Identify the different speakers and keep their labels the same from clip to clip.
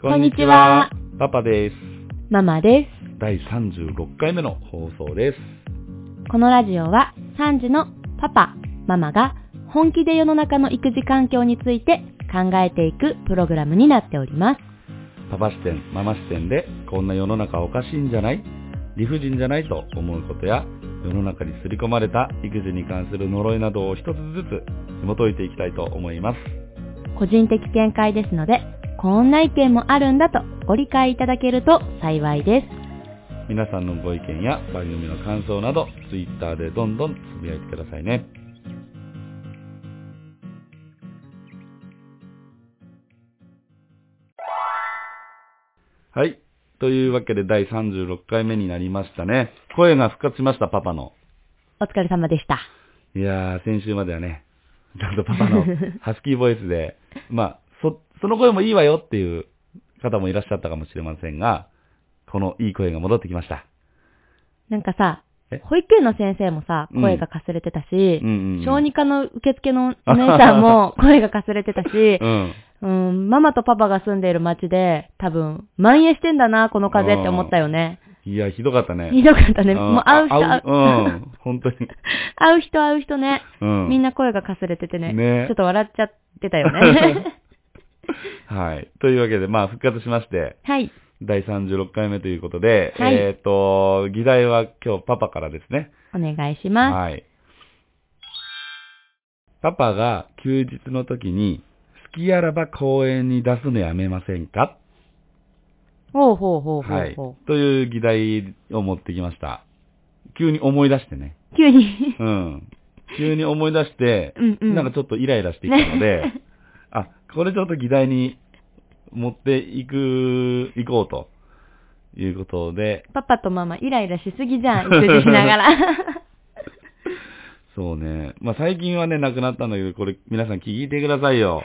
Speaker 1: こんにちは。
Speaker 2: パパです。
Speaker 1: ママで
Speaker 2: 第36回目の放送です。
Speaker 1: す。このラジオは3時のパパ、ママが本気で世の中の育児環境について考えていくプログラムになっております。
Speaker 2: パパ視点、ママ視点で、こんな世の中おかしいんじゃない理不尽じゃないと思うことや、世の中に刷り込まれた育児に関する呪いなどを一つずつ紐解いていきたいと思います。
Speaker 1: 個人的見解ですので、こんな意見もあるんだとご理解いただけると幸いです。
Speaker 2: 皆さんのご意見や番組の感想など、Twitter でどんどんつぶやいてくださいね。はい。というわけで第36回目になりましたね。声が復活しました、パパの。
Speaker 1: お疲れ様でした。
Speaker 2: いやー、先週まではね、ちゃんとパパのハスキーボイスで、まあ、そ、その声もいいわよっていう方もいらっしゃったかもしれませんが、このいい声が戻ってきました。
Speaker 1: なんかさ
Speaker 2: え、
Speaker 1: 保育園の先生もさ、声がかすれてたし、
Speaker 2: うんうんうん
Speaker 1: 小児科の受付のお姉さん も声がかすれてたし
Speaker 2: う、ん。
Speaker 1: うん、ママとパパが住んでいる街で、多分、蔓延してんだな、この風って思ったよね。
Speaker 2: いや、ひどかったね。
Speaker 1: ひどかったね。
Speaker 2: ん
Speaker 1: もう会う人、
Speaker 2: あ
Speaker 1: 会
Speaker 2: うう
Speaker 1: う
Speaker 2: ん。本当に。
Speaker 1: 会う人、会う人ね。
Speaker 2: うん。
Speaker 1: みんな声がかすれててね。
Speaker 2: ね
Speaker 1: ちょっと笑っちゃってたよ ね。
Speaker 2: はい。というわけで、まあ、復活しまして、
Speaker 1: はい。
Speaker 2: 第36回目ということで、
Speaker 1: はい
Speaker 2: えっ、と、議題は今日パパからですね。
Speaker 1: お願いしま
Speaker 2: はい。パパが休日の時に、好きあらば公園に出すのやめませんか
Speaker 1: す。ほうほうほうほ
Speaker 2: は
Speaker 1: う
Speaker 2: い
Speaker 1: ほ。
Speaker 2: という議題を持ってきました。急に思い出してね。
Speaker 1: う。急に。
Speaker 2: うん。急に思い出して、
Speaker 1: うんうん。
Speaker 2: なんかちょっとイライラしてきたので、
Speaker 1: ね
Speaker 2: あ、これちょっと議題に持っていく、いこうということで、
Speaker 1: パパとママイライラしすぎじゃん、育児しなが ら。
Speaker 2: そうね。まあ、最近はね、なくなったんだけど、これ皆さん聞いてください よ。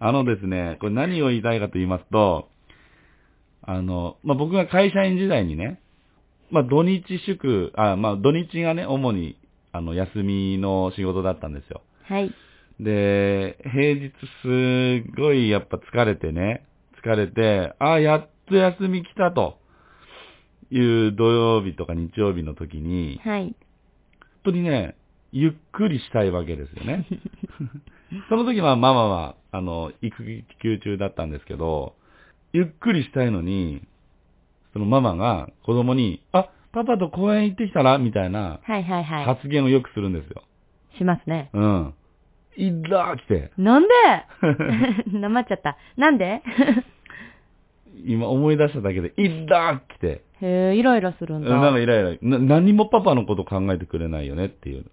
Speaker 2: あのですね、これ何を言いたいかと言いますと、あの、まあ、僕が会社員時代にね、まあ、土日祝、あ、まあ、土日がね、主に、あの、休みの仕事だったんですよ。
Speaker 1: はい。
Speaker 2: で、平日すごいやっぱ疲れてね、疲れて、あ、やっと休み来たという土曜日とか日曜日の時に、
Speaker 1: はい。
Speaker 2: 本当にね、ゆっくりしたいわけですよ ね。その時はママは、あの、育休中だったんですけど、ゆっくりしたいのに、そのママが子供に、あ、パパと公園行ってきたらみたいな
Speaker 1: はいはいは
Speaker 2: 発言をよくするんですよ。
Speaker 1: い。しますね。
Speaker 2: うん。いらー来て。
Speaker 1: なんで なまっちゃった。なんで
Speaker 2: 今思い出しただけで、いらー来て。
Speaker 1: へえ、イライラするんだ。
Speaker 2: なんかイライラ。な何もパパのこと考えてくれないよねっていう。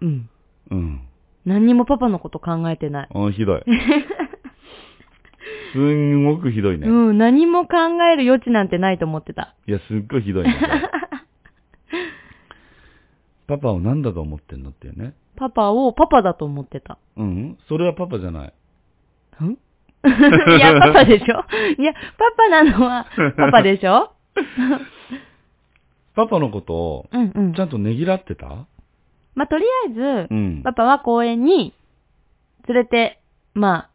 Speaker 1: うん。
Speaker 2: うん。
Speaker 1: 何にもパパのこと考えてない。
Speaker 2: あひど い。すんごくひどいね。
Speaker 1: うん、何も考える余地なんてないと思ってた。
Speaker 2: いや、すっごいひどいんだ けどパパを何だと思ってんのっていうね。
Speaker 1: パパをパパだと思ってた。
Speaker 2: うん。それはパパじゃない。
Speaker 1: ん いや、パパでしょいや、パパなの はパパでしょ
Speaker 2: パパのことを、
Speaker 1: うんうん
Speaker 2: ち。ゃんとねぎらってた
Speaker 1: まあ、とりあえ
Speaker 2: う
Speaker 1: ず、
Speaker 2: ん。
Speaker 1: パパは公園に連れて、まあ、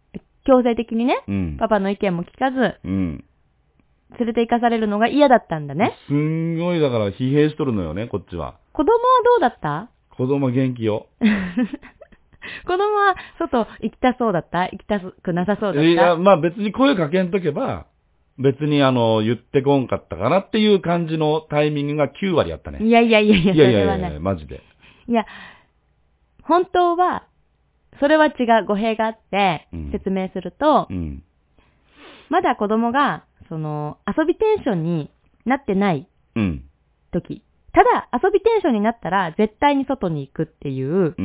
Speaker 1: 強制的にね、
Speaker 2: うん。
Speaker 1: パパの意見も聞かず、
Speaker 2: うん。
Speaker 1: 連れて行かされるのが嫌だったんだね。
Speaker 2: すんごい、だから疲弊しとるのよね、こっちは。
Speaker 1: 子供はどうだった
Speaker 2: 子供元気よ。
Speaker 1: 子供は外行きたそうだった行きたくなさそうだった
Speaker 2: いや、まあ別に声かけんとけば、別にあの、言ってこんかったかなっていう感じのタイミングが9割やったね。
Speaker 1: いやいやいやいや、
Speaker 2: い
Speaker 1: そ
Speaker 2: やい
Speaker 1: れは
Speaker 2: やい
Speaker 1: ない。い
Speaker 2: や、マジで。
Speaker 1: や、本当は、それは違う語弊があって
Speaker 2: うん、
Speaker 1: 説明すると、
Speaker 2: うん。
Speaker 1: まだ子供が、その、遊びテンションになってない
Speaker 2: うん。
Speaker 1: 時。ただ、遊びテンションになったら、絶対に外に行くっていう
Speaker 2: う、んう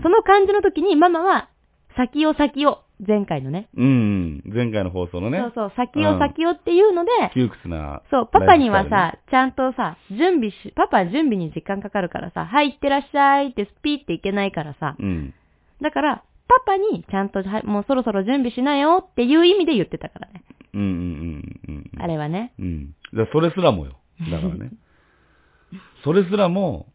Speaker 2: ん。
Speaker 1: その感じの時に、ママは、先を先を、前回のね。
Speaker 2: うん、うん。前回の放送のね。
Speaker 1: そうそう、先を先をっていうので、
Speaker 2: 窮屈な。
Speaker 1: そう、パパにはさ、ちゃんとさ、準備し、パパは準備に時間かかるからさ、はい、行ってらっしゃいってスピーっていけないから
Speaker 2: ライ
Speaker 1: さ、
Speaker 2: フスタイルね、
Speaker 1: だから、パパにちゃんと、はいもうそろそろ準備しなよっていう意味で言ってたからね。
Speaker 2: うん。うんうんうんうんうん。
Speaker 1: あれはね。
Speaker 2: うん。じゃあそれすらもよ。だから ね。それすらも、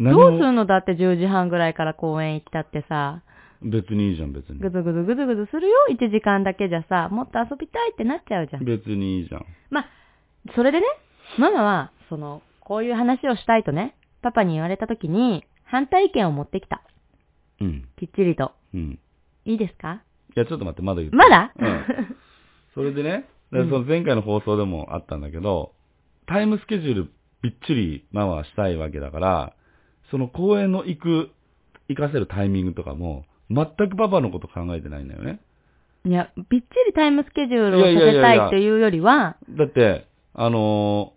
Speaker 1: どうす
Speaker 2: も
Speaker 1: んのだって10時半ぐらいから公園行ったってさ、
Speaker 2: 別にいいじゃん、別に
Speaker 1: ぐ。ずぐずぐずぐずするよ、1時間だけじゃさ、もっと遊びたいってなっちゃうじゃん。
Speaker 2: 別にいいじゃん。
Speaker 1: まあ、それでね、ママは、その、こういう話をしたいとね、パパに言われた時に、反対意見を持ってきた。
Speaker 2: うん。
Speaker 1: きっちりと。
Speaker 2: うん。
Speaker 1: いいですか
Speaker 2: いや、ちょっと待って、まだ言って。
Speaker 1: まだ、
Speaker 2: うんそれでね、で
Speaker 1: うん
Speaker 2: その前回の放送でもあったんだけど、タイムスケジュールびっちりママはしたいわけだから、その公園の行く、行かせるタイミングとかも、全くパパのこと考えてないんだよね。
Speaker 1: いや、びっちりタイムスケジュールをさせ
Speaker 2: いやいや
Speaker 1: た
Speaker 2: いやいや
Speaker 1: いというよりは、
Speaker 2: だって、あのー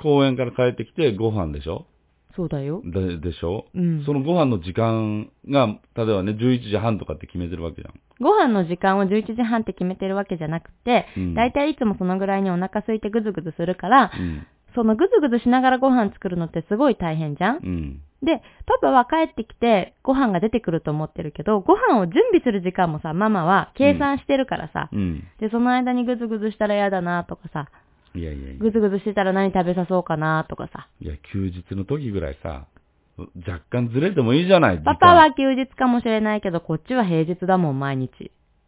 Speaker 2: 公園から帰ってきてご飯でしょ
Speaker 1: そうだよ。
Speaker 2: ででしょ、
Speaker 1: うん
Speaker 2: そのご飯の時間が、例えばね、11時半とかって決めてるわけじゃん。
Speaker 1: ご飯の時間を11時半って決めてるわけじゃなくて
Speaker 2: うん、
Speaker 1: だいたいいつもそのぐらいにお腹空いてぐずぐずするから、
Speaker 2: うん。
Speaker 1: そのぐずぐずしながらご飯作るのってすごい大変じゃん
Speaker 2: うん。
Speaker 1: で、パパは帰ってきてご飯が出てくると思ってるけど、ご飯を準備する時間もさ、ママは計算してるからさ、
Speaker 2: うん。
Speaker 1: で、その間にぐずぐずしたら嫌だなとかさ、
Speaker 2: いやいやいや。
Speaker 1: ぐずぐずしてたら何食べさそうかなとかさ、
Speaker 2: いや、休日の時ぐらいさ、若干ずれてもいいじゃない。
Speaker 1: パパは休日かもしれないけど、こっちは平日だもん、毎日。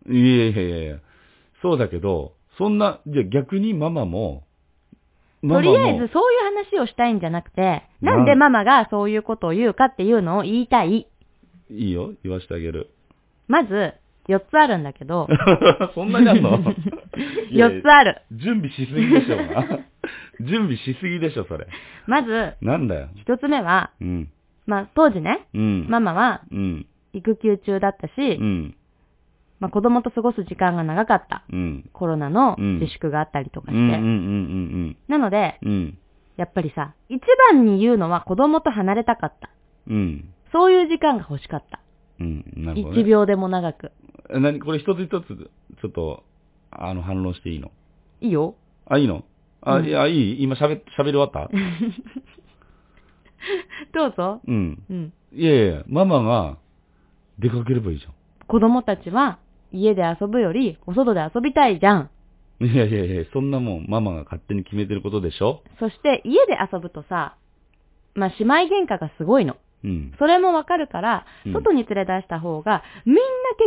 Speaker 2: 時間。いやいやいやいや。そうだけど、そんな、じゃあ逆にママも、
Speaker 1: と
Speaker 2: ママ
Speaker 1: り
Speaker 2: も
Speaker 1: あえずそういう話をしたいんじゃなくて、
Speaker 2: な
Speaker 1: なんでママがそういうことを言うかっていうのを言いたい。
Speaker 2: いいよ、言わしてあげる。
Speaker 1: まず、4つあるんだけど、
Speaker 2: そんなにあん の いやいや
Speaker 1: 4つある。
Speaker 2: 準備しすぎでしょ、お前 準備しすぎでしょ、それ。
Speaker 1: まず、
Speaker 2: なんだよ。
Speaker 1: 1つ目は、
Speaker 2: うん。
Speaker 1: まあ当時ね、
Speaker 2: うん。
Speaker 1: ママは
Speaker 2: うん。
Speaker 1: 育休中だったし、
Speaker 2: うん。
Speaker 1: まあ子供と過ごす時間が長かった。
Speaker 2: うん。
Speaker 1: コロナの
Speaker 2: うん
Speaker 1: 自粛があったりとか
Speaker 2: う
Speaker 1: し
Speaker 2: ん。うん。う
Speaker 1: て。
Speaker 2: ん。うん。
Speaker 1: なので、
Speaker 2: うん。
Speaker 1: やっぱりさ、一番に言うのは子供と離れたかった。
Speaker 2: うん。
Speaker 1: そういう時間が欲しかった。
Speaker 2: うん。なるほど、ね。
Speaker 1: 1秒でも長く。
Speaker 2: え何これ一つ一つ、ちょっと、あの、反論していいの
Speaker 1: いいよ。
Speaker 2: あ、いいのあ、
Speaker 1: うん
Speaker 2: いや、いい今喋、喋り終わった
Speaker 1: どうぞ。
Speaker 2: うん。
Speaker 1: うん。
Speaker 2: いやいや、ママが出かければいいじ
Speaker 1: 子供たちは家で遊ぶよりお外で遊びたいじゃん。
Speaker 2: ゃん。いやいやいや、そんなもん、ママが勝手に決めてることでしょ
Speaker 1: そして家で遊ぶとさ、まあ、姉妹喧嘩がすごいの。
Speaker 2: うん。
Speaker 1: それもわかるから
Speaker 2: うん、
Speaker 1: 外に連れ出した方が、みんな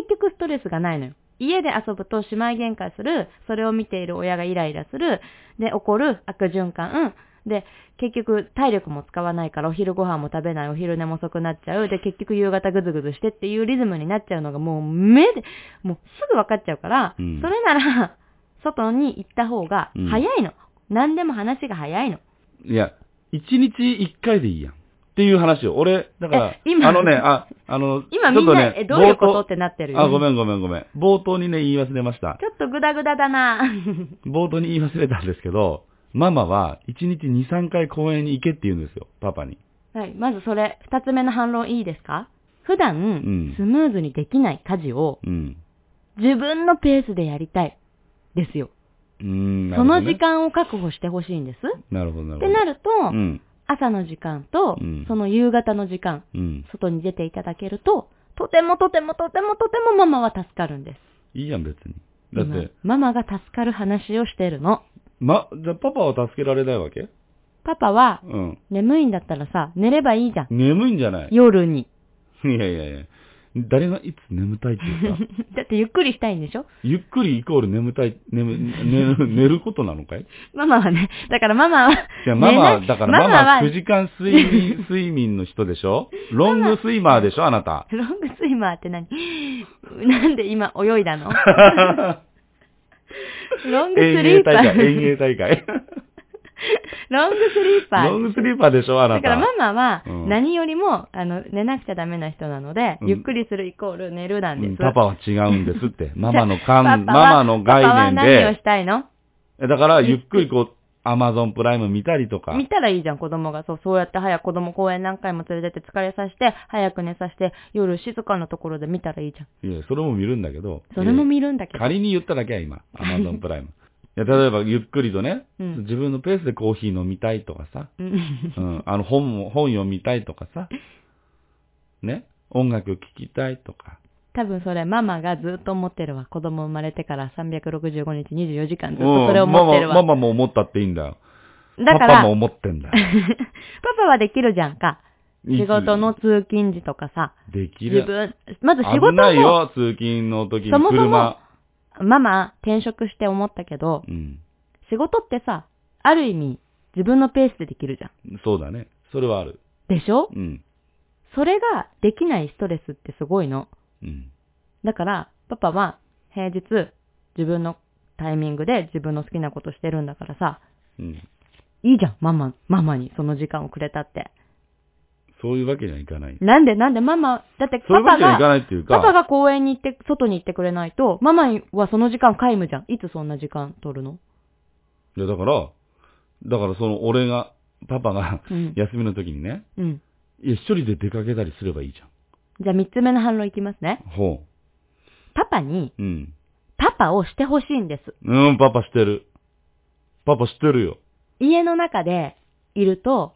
Speaker 1: 結局ストレスがないのよ。家で遊ぶと姉妹喧嘩する、それを見ている親がイライラする、で、怒る、悪循環、で、結局体力も使わないからお昼ご飯も食べない、お昼寝も遅くなっちゃう、で、結局夕方ぐずぐずしてっていうリズムになっちゃうのがもう目で、もうすぐわかっちゃうから、
Speaker 2: うん
Speaker 1: それなら、外に行った方が
Speaker 2: うん
Speaker 1: 早いの。何でも話が早いの。
Speaker 2: いや、一日一回でいいやん。っていう話を。俺、だから
Speaker 1: え、今
Speaker 2: あのね、あ、あの、
Speaker 1: 今
Speaker 2: ちょ
Speaker 1: み
Speaker 2: っ
Speaker 1: ん
Speaker 2: と
Speaker 1: な、
Speaker 2: ね、
Speaker 1: え、どういうこと
Speaker 2: 冒頭
Speaker 1: ってなってるよ、
Speaker 2: あ、ごめんごめんごめん。冒頭にね、言い忘れました。
Speaker 1: ちょっとグダグダだな
Speaker 2: 冒頭に言い忘れたんですけど、ママは一日二三回公園に行けって言うんですよ、パパに。
Speaker 1: はい。まずそれ、二つ目の反論いいですか普段、
Speaker 2: ん
Speaker 1: スムーズにできない家事を
Speaker 2: うん。
Speaker 1: 自分のペースでやりたい。ですよ。
Speaker 2: うーん、な
Speaker 1: そ
Speaker 2: るほど
Speaker 1: の
Speaker 2: ね
Speaker 1: 時間を確保してほしいんです。
Speaker 2: なるほど、なるほど。
Speaker 1: ってなると、
Speaker 2: うん。
Speaker 1: 朝の時間と、
Speaker 2: うん
Speaker 1: その夕方の時間、
Speaker 2: うん。
Speaker 1: 外に出ていただけると、とてもとてもとてもとてもママは助かるんです。
Speaker 2: いいやん、別に。だって、
Speaker 1: 今ママが助かる話をしてるの。
Speaker 2: ま、じゃあパパは助けられないわけ
Speaker 1: パパは、
Speaker 2: うん。
Speaker 1: 眠いんだったらさ、寝ればいいじゃん。
Speaker 2: 眠いんじゃないい
Speaker 1: 夜に。
Speaker 2: やいやいや。誰がいつ眠たいっていう か、
Speaker 1: だってゆっくりしたいんでしょ
Speaker 2: ゆっくりイコール眠たい、眠、寝 る、寝ることなのかい
Speaker 1: ママはね、だからママは、
Speaker 2: いや、マ
Speaker 1: 寝な
Speaker 2: マ、
Speaker 1: い
Speaker 2: だからママ
Speaker 1: ママは、
Speaker 2: 9時間睡眠、 睡眠の人でしょロングスイマーでしょあな た。
Speaker 1: ロングスイマーって何 なんで今泳いだ のロングス
Speaker 2: 遠
Speaker 1: リ
Speaker 2: 泳
Speaker 1: ーパ
Speaker 2: 大 会、遠
Speaker 1: ー。
Speaker 2: 泳大会。
Speaker 1: ロングスリーパ
Speaker 2: ロ
Speaker 1: ー。
Speaker 2: ングスリーパーでしょあな
Speaker 1: だ
Speaker 2: た。
Speaker 1: からママは
Speaker 2: うん
Speaker 1: 何よりも、あの寝なくちゃダメな人なので、
Speaker 2: うん
Speaker 1: ゆっくりするイコール寝るなん
Speaker 2: う
Speaker 1: です。
Speaker 2: んパパは違うんですって。ママの
Speaker 1: パパは
Speaker 2: 感、ママの概
Speaker 1: パパは
Speaker 2: 念で。
Speaker 1: 何をしたいの
Speaker 2: えだから、ゆっくりこう、アマゾンプライム見たりとか。
Speaker 1: 見たらいいじゃん、子供が。そう、そうやって早く子供公園何回も連れてって疲れさせて、早く寝させて、夜静かなところで見たらいいじゃん。
Speaker 2: いや、それも見るんだけど。
Speaker 1: それも見るんだけ
Speaker 2: えー
Speaker 1: ど。
Speaker 2: 仮に言っただけは今、アマゾンプ ライム。いや、例えば、ゆっくりとね、
Speaker 1: うん
Speaker 2: 自分のペースでコーヒー飲みたいとか さ、
Speaker 1: うん
Speaker 2: うん、あの、本も、本読みたいとかさ、ね、音楽聴きたいとか。
Speaker 1: 多分それママがずっと思ってるわ。子供生まれてから365日24時間ずっ
Speaker 2: う
Speaker 1: と
Speaker 2: ん
Speaker 1: それを思ってるわ。
Speaker 2: ママママも思ったっていいんだよ。
Speaker 1: だか
Speaker 2: パパ
Speaker 1: ら、
Speaker 2: も思ってんだよ。
Speaker 1: パパはできるじゃんか。仕事の通勤時とかさ、
Speaker 2: でき
Speaker 1: 自
Speaker 2: る。
Speaker 1: 分、まず仕事
Speaker 2: 危ない
Speaker 1: も、
Speaker 2: よ、通勤の時に
Speaker 1: そもそも
Speaker 2: 車。
Speaker 1: ママ転職して思ったけど、
Speaker 2: うん。
Speaker 1: 仕事ってさ、ある意味自分のペースでできるじゃん。
Speaker 2: そうだね。それはある。
Speaker 1: でしょ
Speaker 2: うん。
Speaker 1: それができないストレスってすごいの。
Speaker 2: うん。
Speaker 1: だから、パパは平日自分のタイミングで自分の好きなことしてるんだからさ、
Speaker 2: うん。
Speaker 1: いいじゃん、ママ、ママにその時間をくれたって。
Speaker 2: そういうわけにはいかない。
Speaker 1: なんでなんでママ、だって
Speaker 2: そうい
Speaker 1: パ
Speaker 2: うわ
Speaker 1: パ
Speaker 2: けにはいか
Speaker 1: が、
Speaker 2: ないっていうか。
Speaker 1: パパが公園に行って、外に行ってくれないと、ママはその時間皆無じゃん。いつそんな時間取るの
Speaker 2: いや、だから、だからその俺が、パパが
Speaker 1: うん
Speaker 2: 休みの時にね、
Speaker 1: うん。
Speaker 2: いや、一人で出かけたりすればいいじゃ
Speaker 1: じゃあ三つ目の反論いきますね。
Speaker 2: ん。ほ
Speaker 1: パパに、
Speaker 2: う。うん。
Speaker 1: パパをしてほしいんです。
Speaker 2: うん、パパしてる。パパしてるよ。
Speaker 1: 家の中でいると、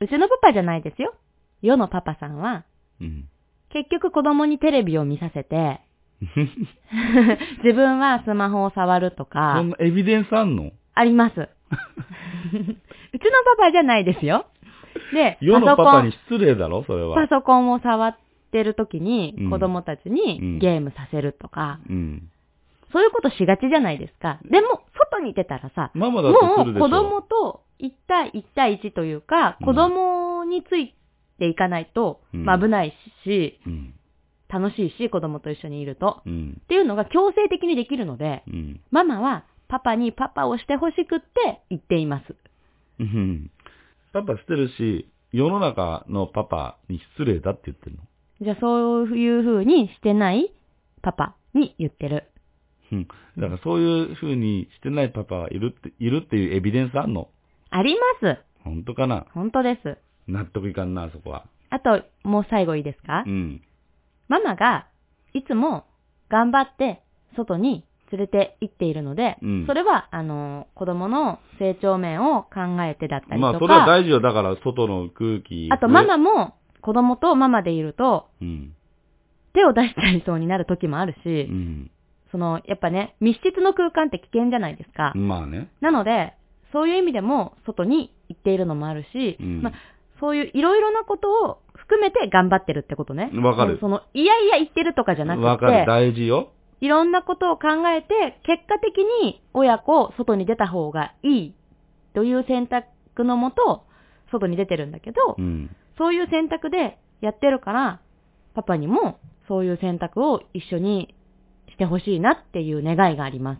Speaker 1: うちのパパじゃないですよ。世のパパさんは、
Speaker 2: うん。
Speaker 1: 結局子供にテレビを見さ せて、自分はスマホを触ると
Speaker 2: そ
Speaker 1: か
Speaker 2: ん、なエビデンスあんの
Speaker 1: あります。うちのパパじゃないですよ。で、
Speaker 2: 世のパ
Speaker 1: パソコ
Speaker 2: パに
Speaker 1: ン、
Speaker 2: 失礼だろ、それは。
Speaker 1: パソコンを触ってる時に
Speaker 2: うん
Speaker 1: 子供たち
Speaker 2: う
Speaker 1: に
Speaker 2: ん
Speaker 1: ゲームさせるとか、
Speaker 2: うん。
Speaker 1: そういうことしがちじゃないですか。でも、外に出たらさ、
Speaker 2: ママだって
Speaker 1: も
Speaker 2: す
Speaker 1: う
Speaker 2: るでしょ。
Speaker 1: 子供と1対1対1というか、
Speaker 2: うん
Speaker 1: 子供についていかないと、
Speaker 2: うん
Speaker 1: まあ危ないし、
Speaker 2: うん。
Speaker 1: 楽しいし、子供と一緒にいると。
Speaker 2: うん。
Speaker 1: っていうのが強制的にできるので、
Speaker 2: うん。
Speaker 1: ママはパパにパパをしてほしくって言っています。
Speaker 2: うん。パパしてるし、世の中のパパに失礼だって言ってるの。
Speaker 1: じゃあそういう風にしてないパパに言ってる。
Speaker 2: うん。だからそういう風にしてないパパがいるって、いるっていうエビデンスあんの。
Speaker 1: あります。
Speaker 2: 本当かな
Speaker 1: 本当です。
Speaker 2: 納得いかんな、そこは。
Speaker 1: あと、もう最後いいですか、
Speaker 2: うん。
Speaker 1: ママがいつも頑張って外に連れて行っているので、
Speaker 2: うん
Speaker 1: それは、あの、子供の成長面を考えてだったり
Speaker 2: まあ、
Speaker 1: と
Speaker 2: それ
Speaker 1: か、
Speaker 2: は大事よ。だから、外の空気。
Speaker 1: あとママも子供とママでいると
Speaker 2: うん。
Speaker 1: 手を出しちゃいそうになる時もある
Speaker 2: う
Speaker 1: し、
Speaker 2: ん。
Speaker 1: その、やっぱね、密室の空間って危険じゃないですか。
Speaker 2: まあね。
Speaker 1: なので、そういう意味でも外に行っているのもあるし、
Speaker 2: うん
Speaker 1: まあ、そういういろいろなことを含めて頑張ってるってことね。
Speaker 2: わかる
Speaker 1: その、いやいや言ってるとかじゃなくて、
Speaker 2: わかる。大事よ。
Speaker 1: いろんなことを考えて、結果的に親子、外に出た方がいいという選択のもと、外に出てるんだけど、
Speaker 2: うん。
Speaker 1: そういう選択でやってるから、パパにもそういう選択を一緒にしてほしいなっていう願いがあります。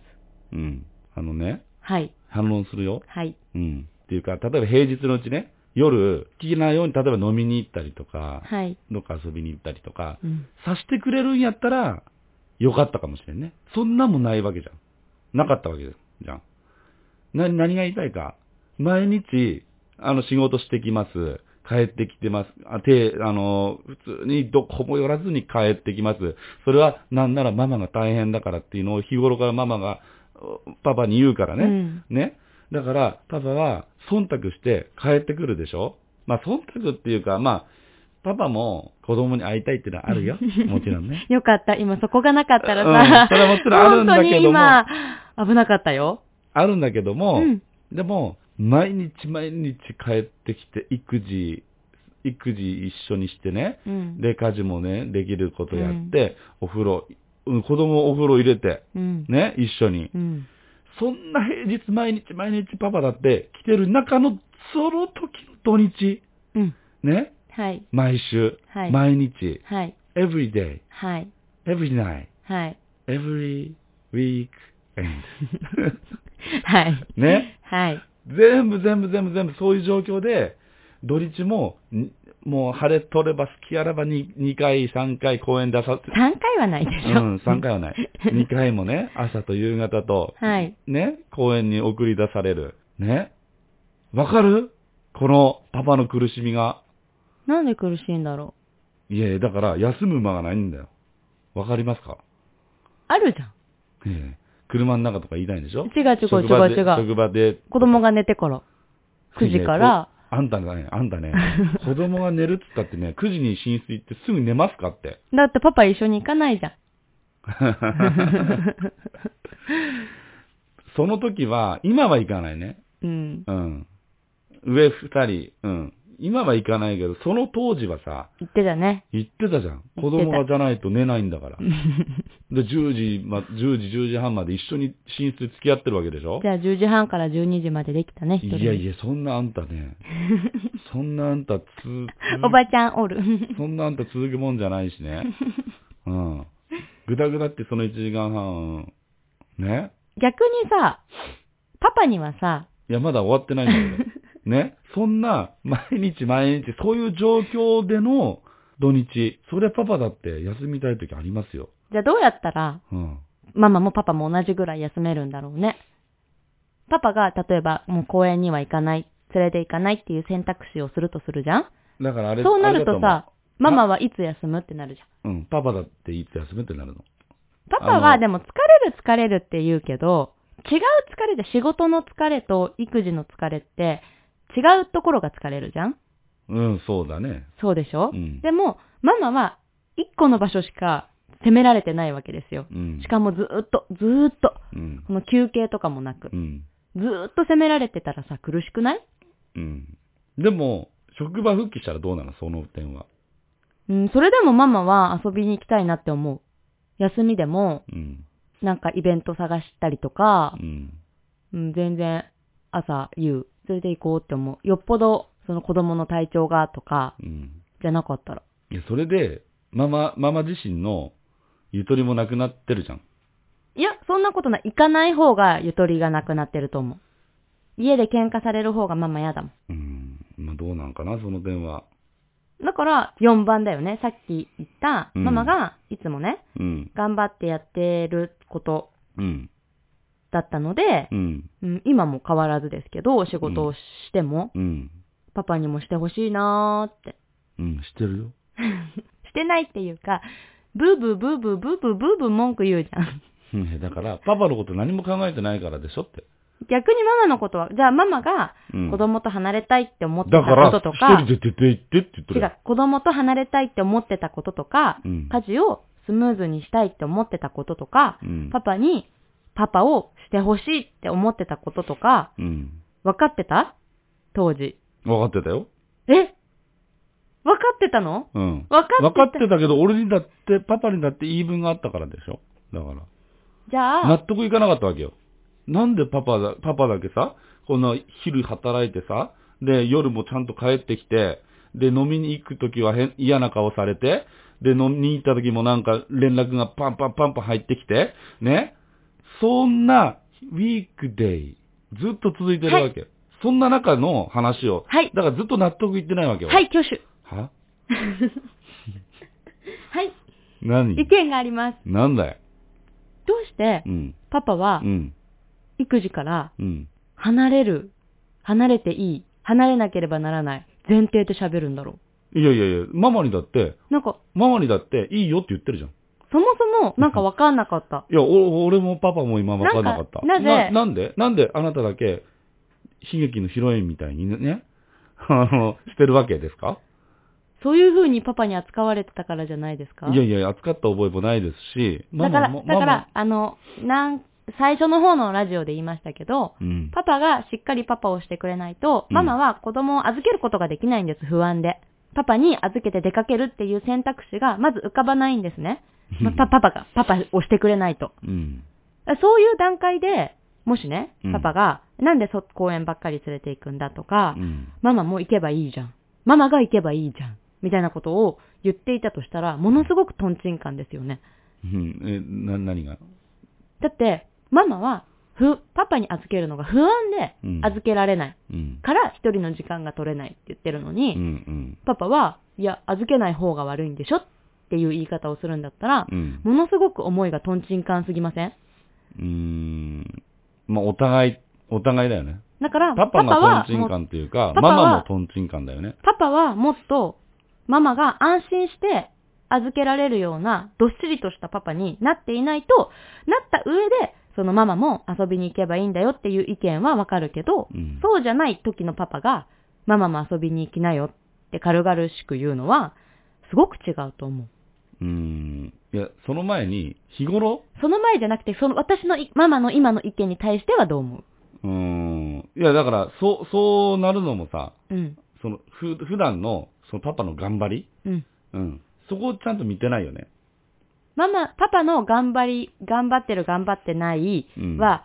Speaker 2: うん。あのね、
Speaker 1: はい。
Speaker 2: 反論するよ。
Speaker 1: はい。
Speaker 2: うん。っていうか、例えば平日のうちね、夜、好きなように、例えば飲みに行ったりとか、
Speaker 1: はい。
Speaker 2: どっか遊びに行ったりとか、
Speaker 1: うん。
Speaker 2: さしてくれるんやったら、よかったかもしれんね。そんなもんないわけじゃん。なかったわけじゃん。な、何が言いたいか。毎日、あの、仕事してきます。帰ってきてます。あ、て、あの、普通にどこも寄らずに帰ってきます。それは、なんならママが大変だからっていうのを日頃からママが、おパパに言うからね。
Speaker 1: うん
Speaker 2: ね。だから、パパは、忖度して帰ってくるでしょまあ、忖度っていうか、まあ、パパも子供に会いたいっていうのはあるよ。 もちろんね。
Speaker 1: よかった。今そこがなかったら
Speaker 2: うん
Speaker 1: さ、
Speaker 2: それはもちろんあるんだけども
Speaker 1: 本当に今、危なかったよ。
Speaker 2: あるんだけども、
Speaker 1: うん
Speaker 2: でも、毎日毎日帰ってきて、育児、育児一緒にしてね、
Speaker 1: うん。
Speaker 2: で、家事もね、できることやって、お風呂、うん子供お風呂入れて、
Speaker 1: うん。
Speaker 2: ね、一緒に。
Speaker 1: うん。
Speaker 2: そんな平日毎日毎日パパだって来てる中の、その時の土日、
Speaker 1: うん。
Speaker 2: ね、
Speaker 1: はい。
Speaker 2: 毎週、
Speaker 1: はい
Speaker 2: 毎日、
Speaker 1: はい。
Speaker 2: every day,
Speaker 1: はい。
Speaker 2: every night,
Speaker 1: はい。
Speaker 2: every week, and
Speaker 1: はい。
Speaker 2: ね。
Speaker 1: はい。
Speaker 2: 全部全部全部全部そういう状況で、土日も、んもう晴れとれば好きあらば 2, 2回、3回公演出させて、
Speaker 1: 3回はないで
Speaker 2: う
Speaker 1: しょ。
Speaker 2: ん、3回はない。2回もね、朝と夕方と、
Speaker 1: はい。
Speaker 2: ね、公演に送り出される。ね。わかるこのパパの苦しみが。
Speaker 1: なんで苦しいんだろ
Speaker 2: いやいやだから休む間がないんだよ。わかりますか
Speaker 1: う。あるじゃん。
Speaker 2: ええ車の中とか言いたいんでしょ
Speaker 1: 違う違う
Speaker 2: 職場で
Speaker 1: 違う違う
Speaker 2: 職場で。
Speaker 1: 子供が寝てから。9時から。
Speaker 2: いや。こあんたね、あんたね、子供が寝るっつったってね、9時に寝室行ってすぐ寝ますか って。
Speaker 1: だってパパ一緒に行かないじゃん。
Speaker 2: その時は、今は行かないね。
Speaker 1: うん。
Speaker 2: うん。上二人、うん。今は行かないけど、その当時はさ、
Speaker 1: 言ってたね。
Speaker 2: 行ってたじゃん。
Speaker 1: 行
Speaker 2: 子
Speaker 1: ってた
Speaker 2: 供がじゃないと寝ないんだ から。で、10時、ま、10時、10時半まで一緒に寝室で付き合ってるわけでしょ
Speaker 1: じゃあ10時半から12時までできたね、一
Speaker 2: い
Speaker 1: 人。
Speaker 2: やいや、そんなあんたね、 そんなあんたつ、つ
Speaker 1: おばちゃんおる。
Speaker 2: そんなあんた続くもんじゃないしね。うん。ぐだぐだってその1時間半、ね
Speaker 1: 逆にさ、パパにはさ、
Speaker 2: いや、まだ終わってないんだけ ど。ねそんな、毎日毎日、そういう状況での土日、そりゃパパだって休みたい時ありますよ。
Speaker 1: じゃあどうやったら、
Speaker 2: うん。
Speaker 1: ママもパパも同じぐらい休めるんだろうね。パパが、例えば、もう公園には行かない、連れて行かないっていう選択肢をするとするじゃん
Speaker 2: だからあれ、
Speaker 1: そうなる
Speaker 2: あ
Speaker 1: と
Speaker 2: れだ
Speaker 1: さ、ママはいつ休むってなるじゃん。
Speaker 2: 思う、うん、パパだっていつ休めってなるの。
Speaker 1: パパ
Speaker 2: あ
Speaker 1: は
Speaker 2: の
Speaker 1: でも疲れる疲れるって言うけど、違う疲れで仕事の疲れと育児の疲れって違うところが疲れるじゃん
Speaker 2: うん、そうだね。
Speaker 1: そうでしょ、
Speaker 2: うん
Speaker 1: でも、ママは一個の場所しか責められてないわけですよ。
Speaker 2: うん。
Speaker 1: しかもずーっと、ずーっと、
Speaker 2: うん。
Speaker 1: この休憩とかもなく
Speaker 2: う、ん。
Speaker 1: ずーっと責められてたらさ、苦しくない
Speaker 2: うん。でも、職場復帰したらどうなのその点は。
Speaker 1: うん、それでもママは遊びに行きたいなって思う。休みでも、
Speaker 2: うん。
Speaker 1: なんかイベント探したりとか
Speaker 2: う、ん。
Speaker 1: うん、全然朝言う。連れて行こうって思う。よっぽど、その子供の体調がとか、
Speaker 2: うん。
Speaker 1: じゃなかったら。
Speaker 2: いや、それで、ママ、ママ自身のゆとりもなくなってるじゃん。
Speaker 1: いや、そんなことない。行かない方がゆとりがなくなってると思う。家で喧嘩される方がママ嫌だも
Speaker 2: うん。まあ、どうなんかな、その点は。
Speaker 1: ん。だから、4番だよね。さっき言った、
Speaker 2: うん
Speaker 1: ママがいつもね、
Speaker 2: うん。
Speaker 1: 頑張ってやってること
Speaker 2: うん。
Speaker 1: だったので
Speaker 2: う、ん。
Speaker 1: うん、今も変わらずですけど、お仕事をしても、
Speaker 2: うん。
Speaker 1: パパにもしてほしいなーって。
Speaker 2: うん、してるよ。
Speaker 1: してないっていうか、ブーブーブーブーブーブーブーブー文句言うじゃん。
Speaker 2: うんだから、パパのこと何も考えてないからでしょって。
Speaker 1: 逆にママのことは、じゃあママが
Speaker 2: うん
Speaker 1: 子供と離れたいって思ってた
Speaker 2: だから、
Speaker 1: こととか、
Speaker 2: 一人で出て行ってって言って
Speaker 1: 違
Speaker 2: る。
Speaker 1: う、子供と離れたいって思ってたこととか、
Speaker 2: うん
Speaker 1: 家事をスムーズにしたいって思ってたこととか、
Speaker 2: うん
Speaker 1: パパにパパをしてほしいって思ってたこととか、
Speaker 2: うん。
Speaker 1: 分かってた当時。
Speaker 2: 分かってたよ。
Speaker 1: え分かってたの
Speaker 2: うん。
Speaker 1: 分かってた
Speaker 2: 分かってたけど、俺にだって、パパにだって言い分があったからでしょ。だから。
Speaker 1: じゃ
Speaker 2: 納
Speaker 1: あ、
Speaker 2: 得いかなかったわけよ。なんでパパだ、パパだけさ、この昼働いてさ、で、夜もちゃんと帰ってきて、で、飲みに行くときは変嫌な顔されて、で、飲みに行ったときもなんか連絡がパンパンパンパン入ってきて、ね。そんな、ウィークデイ、ずっと続いてるわけ。そんな中の話を。
Speaker 1: はい
Speaker 2: だからずっと納得いってないわけよ。
Speaker 1: は。い、挙手。
Speaker 2: は
Speaker 1: はい、
Speaker 2: 何
Speaker 1: 意見があります。
Speaker 2: なんだよ。
Speaker 1: どうして
Speaker 2: う、ん。
Speaker 1: パパは
Speaker 2: うん。
Speaker 1: 育児から
Speaker 2: うん。
Speaker 1: 離れる、離れていい、離れなければならない、前提で喋るんだろ
Speaker 2: いやいやいや、ママにだって、
Speaker 1: う。なんか、
Speaker 2: ママにだっていいよって言ってるじゃん。
Speaker 1: そもそも、なんかわかんなかった。
Speaker 2: いや、お俺もパパも今分かんなかった。
Speaker 1: なんかな
Speaker 2: な
Speaker 1: ぜ
Speaker 2: なんでなんであなただけ悲劇のヒロインみたいにね、 あの、してるわけですか
Speaker 1: そういう風にパパに扱われてたからじゃないですか
Speaker 2: いやいや、扱った覚えもないですし、マ
Speaker 1: だから、
Speaker 2: マ
Speaker 1: だ
Speaker 2: も
Speaker 1: から、、あの、なん、最初の方のラジオで言いましたけど、
Speaker 2: ママうん。
Speaker 1: パパがしっかりパパをしてくれないと、
Speaker 2: うん
Speaker 1: ママは子供を預けることができないんです、不安で。パパに預けて出かけるっていう選択肢がまず浮かばないんですね。まパパが、パパをしてくれないと。
Speaker 2: うん。
Speaker 1: そういう段階で、もしね
Speaker 2: う、ん
Speaker 1: パパが、なんでそ公園ばっかり連れて行くんだとか、
Speaker 2: うん。
Speaker 1: ママも行けばいいじゃん。ママが行けばいいじゃん。みたいなことを言っていたとしたら、ものすごくトンチンカンですよね。
Speaker 2: うんえ、な、何が
Speaker 1: だって、ママは、ふ、パパに預けるのが不安
Speaker 2: う
Speaker 1: で
Speaker 2: ん
Speaker 1: 預けられない。
Speaker 2: うん。
Speaker 1: から一人の時間が取れないって言ってるの
Speaker 2: う
Speaker 1: に、
Speaker 2: ん。
Speaker 1: パパは、いや、預けない方が悪いんでしょっていう言い方をするんだったら
Speaker 2: う、ん。
Speaker 1: ものすごく思いがトンチンカンすぎません
Speaker 2: うん。まあ、お互い、お互いだよね。
Speaker 1: だから、
Speaker 2: パパが
Speaker 1: は
Speaker 2: トンチン
Speaker 1: も
Speaker 2: カ
Speaker 1: う
Speaker 2: ンっていうか、
Speaker 1: パパは
Speaker 2: ママもトンチンカンだよね。
Speaker 1: パパはもっと、ママが安心して預けられるような、どっしりとしたパパになっていないと、なった上で、そのママも遊びに行けばいいんだよっていう意見はわかるけど、
Speaker 2: うん
Speaker 1: そうじゃない時のパパが、ママも遊びに行きなよって軽々しく言うのは、すごく違うと思う。
Speaker 2: うん。いや、その前に、日頃、
Speaker 1: その前じゃなくて、その私のいママの今の意見に対してはどう思
Speaker 2: うーん。いや、だから、そう、そうなるのもさ、
Speaker 1: ううん。
Speaker 2: その、ふ、普段の、そのパパの頑張り
Speaker 1: うん。
Speaker 2: うん。そこをちゃんと見てないよね。
Speaker 1: ママ、パパの頑張り、頑張ってる頑張ってない
Speaker 2: うん
Speaker 1: は、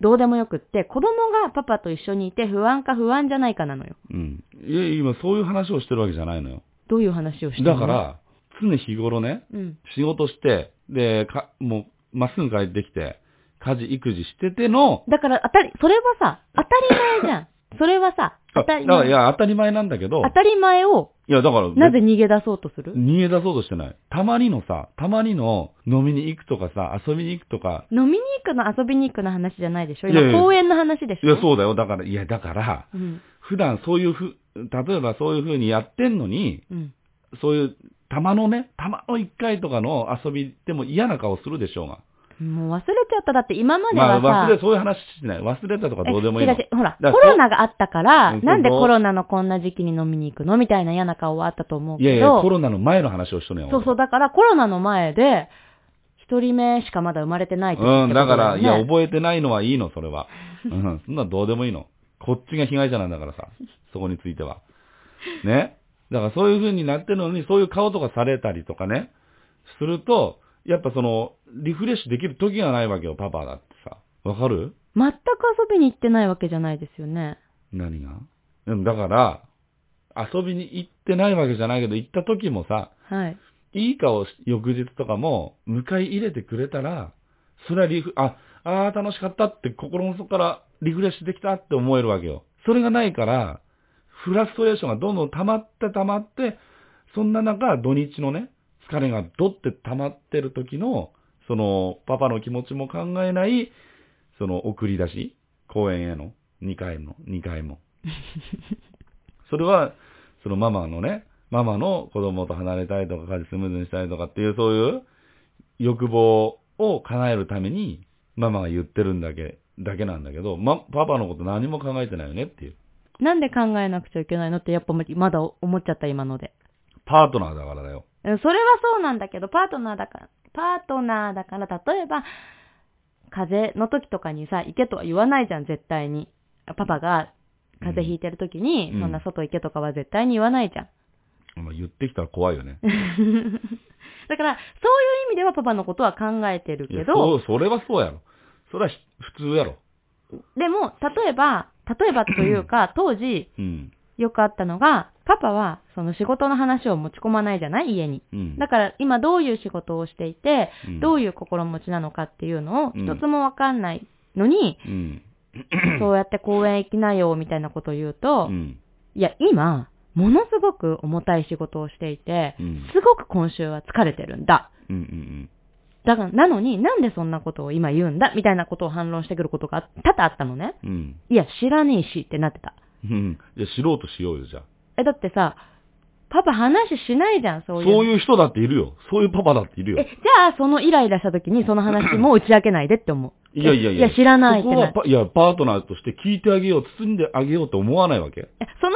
Speaker 1: どうでもよくって、子供がパパと一緒にいて不安か不安じゃないかなのよ。
Speaker 2: うん。いや、今そういう話をしてるわけじゃないのよ。
Speaker 1: どういう話をしてるの
Speaker 2: だか、ら、常日頃ね、
Speaker 1: うん。
Speaker 2: 仕事して、で、か、もう、まっすぐ帰ってきて、家事、育児してての、
Speaker 1: だから、当たり、それはさ、当たり前じゃん。それはさ、
Speaker 2: あ
Speaker 1: 当たり
Speaker 2: だからい
Speaker 1: 前。
Speaker 2: や、当たり前なんだけど
Speaker 1: 当、たり前を、
Speaker 2: いや、だから、
Speaker 1: なぜ逃げ出そうとする
Speaker 2: 逃げ出そうとしてない。たまにのさ、たまにの飲みに行くとかさ、遊びに行くとか、
Speaker 1: 飲みに行くの遊びに行くの話じゃないでしょ
Speaker 2: いやい
Speaker 1: 今、
Speaker 2: や
Speaker 1: 公園の話でし
Speaker 2: い
Speaker 1: ょ
Speaker 2: や、そうだよ。だから、いや、だから、
Speaker 1: う。うん。
Speaker 2: 普段そういうふ、例えばそういうふうにやってんのに、
Speaker 1: うん。
Speaker 2: そういう、たまのね、たまの一回とかの遊びでも嫌な顔するでしょうが。
Speaker 1: もう忘れちゃった。だって今まで
Speaker 2: ま
Speaker 1: はさ、
Speaker 2: あ、忘れ、そういう話しない。忘れたとかどうでもいいの
Speaker 1: え違う違。うほら、コ
Speaker 2: だから
Speaker 1: ロナがあったから、
Speaker 2: うん
Speaker 1: なんで
Speaker 2: そうそう
Speaker 1: コロナのこんな時期に飲みに行くのみたいな嫌な顔はあったと思うけ
Speaker 2: い
Speaker 1: ど。
Speaker 2: やいや、コロナの前の話をしとるやん。
Speaker 1: そうそう、だからコロナの前で、一人目しかまだ生まれてない時って
Speaker 2: う
Speaker 1: こ
Speaker 2: ん、
Speaker 1: と
Speaker 2: だか
Speaker 1: よ
Speaker 2: ら、
Speaker 1: ね
Speaker 2: いや、覚えてないのはいい の、それは。うん、そんなのどうでもいいの。こっちが被害者なんだからさ、そこについては。ね。だからそういう風になってるのに、そういう顔とかされたりとかね、すると、やっぱその、リフレッシュできる時がないわけよ、パパだってさ。わかる
Speaker 1: 全く遊びに行ってないわけじゃないですよね。
Speaker 2: 何がうん、だから、遊びに行ってないわけじゃないけど、行った時もさ、
Speaker 1: はい。
Speaker 2: いい顔し、翌日とかも、迎え入れてくれたら、それはリフ、あ、あー楽しかったって心の底からリフレッシュできたって思えるわけよ。それがないから、フラストレーションがどんどん溜まって溜まって、そんな中、土日のね、疲れがどって溜まってる時の、その、パパの気持ちも考えない、その、送り出し、公園への、2回の、2回も。それは、そのママのね、ママの子供と離れたいとか、家事スムーズにしたいとかっていう、そういう欲望を叶えるために、ママが言ってるんだけ、だけなんだけど、ま、パパのこと何も考えてないよねっていう。
Speaker 1: なんで考えなくちゃいけないのってやっぱまだ思っちゃった今ので。
Speaker 2: パートナーだからだよ。
Speaker 1: うんそれはそうなんだけど、パートナーだから、パートナーだから、例えば、風邪の時とかにさ、行けとは言わないじゃん、絶対に。パパが風邪ひいてる時に、
Speaker 2: うん
Speaker 1: そんな外行けとかは絶対に言わないじゃん。
Speaker 2: まあ言ってきたら怖いよね。
Speaker 1: だから、そういう意味ではパパのことは考えてる
Speaker 2: いや
Speaker 1: け
Speaker 2: そ
Speaker 1: ど、
Speaker 2: う、それはそうやろ。それはひ普通やろ。
Speaker 1: でも、例えば、例えばとい うか、当時、
Speaker 2: うん。
Speaker 1: よくあったのが、パパは、その仕事の話を持ち込まないじゃない家に。
Speaker 2: うん。
Speaker 1: だから、今どういう仕事をしていて、
Speaker 2: うん
Speaker 1: どういう心持ちなのかっていうのを
Speaker 2: うん
Speaker 1: 一つもわかんないのに、
Speaker 2: うん。
Speaker 1: そうやって公園行きなよみたいなことを言う
Speaker 2: う
Speaker 1: と、
Speaker 2: ん。
Speaker 1: いや、今、ものすごく重たい仕事をしていて
Speaker 2: う、ん。
Speaker 1: すごく今週は疲れてるんだ。
Speaker 2: うん。うん。
Speaker 1: だから、なのになんでそんなことを今言うんだみたいなことを反論してくることが多々あったのね。
Speaker 2: うん。
Speaker 1: いや、知らねえしってなってた。
Speaker 2: うん。じゃあ知ろうとしようよ、じゃあ。
Speaker 1: え、だってさ、パパ話しないじゃん、そ
Speaker 2: そう
Speaker 1: いううの。
Speaker 2: いう人だっているよ。そういうパパだっているよ
Speaker 1: え、。じゃあ、そのイライラした時にその話も打ち明けないでって思う。
Speaker 2: いやいやい
Speaker 1: い
Speaker 2: や。
Speaker 1: や、知らないっ
Speaker 2: そ
Speaker 1: て
Speaker 2: こ
Speaker 1: な
Speaker 2: は
Speaker 1: る
Speaker 2: パ、いや、パートナーとして聞いてあげよう、包んであげようと思わないわけ。
Speaker 1: えその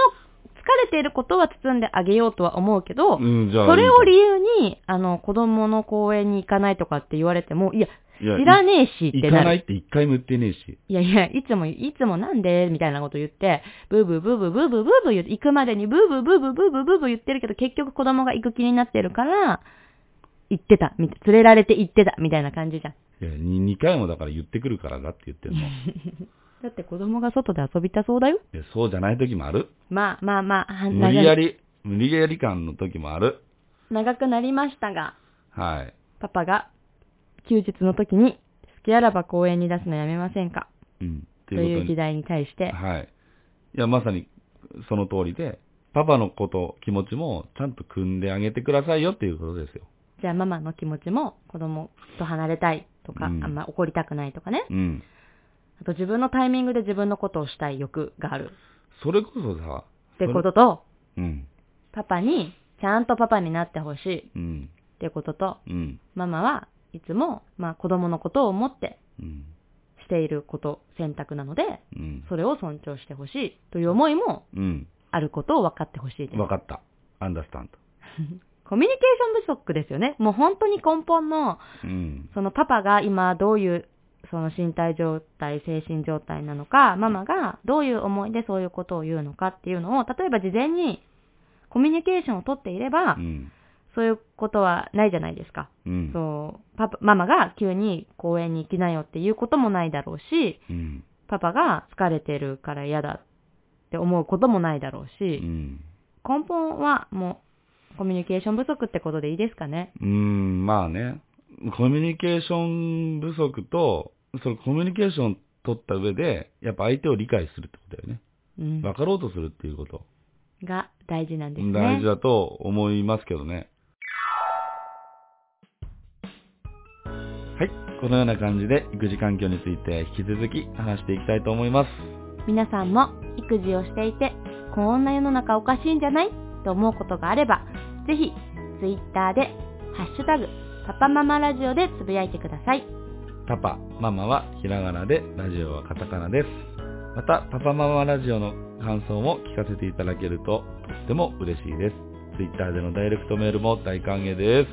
Speaker 1: 疲れていることは包んであげようとは思うけど、
Speaker 2: うん、じゃあ。
Speaker 1: それを理
Speaker 2: い
Speaker 1: 由に、あの、子供の公園に行かないとかって言われても、いや、
Speaker 2: いや
Speaker 1: 知らねえしっ
Speaker 2: い
Speaker 1: て
Speaker 2: 行か
Speaker 1: な
Speaker 2: ない
Speaker 1: る。
Speaker 2: って一回も言ってねえし。
Speaker 1: いやいや、いつも、いつもなんでみたいなこと言って、ブーブーブーブーブーブーブーブー言って、行くまでにブーブーブーブーブーブーブーブー言ってるけど、結局子供が行く気になってるから、行ってた、みたい連れられて行ってた、みたいな感じじゃん。
Speaker 2: いや、に二回もだから言ってくるからだって言 ってるの。い
Speaker 1: だって子供が外で遊びたそうだよ。
Speaker 2: やそうじゃない時もある。
Speaker 1: まあまあまあ、は
Speaker 2: 無理や
Speaker 1: 長
Speaker 2: り、無理やり感の時もある。
Speaker 1: 長くなりましたが、
Speaker 2: はい。
Speaker 1: パパが休日の時に好きあらば公園に出すのやめませんか
Speaker 2: うん。って
Speaker 1: という
Speaker 2: こと
Speaker 1: 時
Speaker 2: に。
Speaker 1: 代に対して、
Speaker 2: はい。いや、まさに、その通りで、パパのこと、気持ちも、ちゃんと組んであげてくださいよっていうことですよ。
Speaker 1: じゃあママの気持ちも子供と離れたいとか、
Speaker 2: うん
Speaker 1: あんま怒りたくないとかね。
Speaker 2: うん。
Speaker 1: あと自分のタイミングで自分のことをしたい欲がある
Speaker 2: それこそさ、
Speaker 1: ってことと、
Speaker 2: それうん。
Speaker 1: パパに、ちゃんとパパになってほしいっ
Speaker 2: うん。
Speaker 1: てことと、
Speaker 2: うん。
Speaker 1: ママはいつも、まあ子供のことを思って
Speaker 2: うん。
Speaker 1: していること、選択なので、
Speaker 2: うん。
Speaker 1: それを尊重してほしいという思いも
Speaker 2: うん。
Speaker 1: あることを分かってほしいです。
Speaker 2: わかった。アンダースタン
Speaker 1: コミュニケーション不足ですよね。もう本当に根本の、
Speaker 2: ド。うん。
Speaker 1: そのパパが今どういうその身体状態、精神状態なのか、ママがどういう思いでそういうことを言うのかっていうのを、例えば事前にコミュニケーションをとっていれば、
Speaker 2: うん。
Speaker 1: そういうことはないじゃないですか。
Speaker 2: うん。
Speaker 1: そう、パパ、ママが急に公園に行きなよっていうこともないだろうし、
Speaker 2: うん。
Speaker 1: パパが疲れてるから嫌だって思うこともないだろう
Speaker 2: う
Speaker 1: し、
Speaker 2: ん。
Speaker 1: 根本はもうコミュニケーション不足ってことでいいですかね。
Speaker 2: うん、まあね。コミュニケーション不足と、そのコミュニケーション取った上で、やっぱ相手を理解するってことだよね。
Speaker 1: うん。
Speaker 2: 分かろうとするっていうこと。
Speaker 1: が大事なんですね。
Speaker 2: 大事だと思いますけどね。はい。このような感じで、育児環境について引き続き話していきたいと思います。
Speaker 1: 皆さんも育児をしていてこんな世の中おかしいんじゃないと思うことがあればぜひ Twitter で「ハッシュタグパパママラジオ」でつぶやいてください
Speaker 2: パパ、ママはひらがなで、ラジオはカタカナです。また、パパママラジオの感想も聞かせていただけるととっても嬉しいです。Twitter でのダイレクトメールも大歓迎です。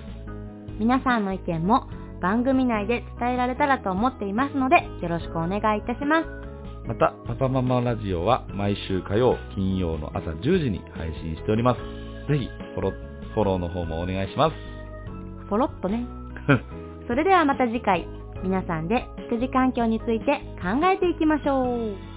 Speaker 1: 皆さんの意見も番組内で伝えられたらと思っていますのでよろしくお願いいたします
Speaker 2: また、パパママラジオは毎週火曜、金曜の朝10時に配信しております。ぜひ、フォロー、フォローの方もお願いします。
Speaker 1: ポロッとねそれではまた次回皆さんで育児環境について考えていきましょう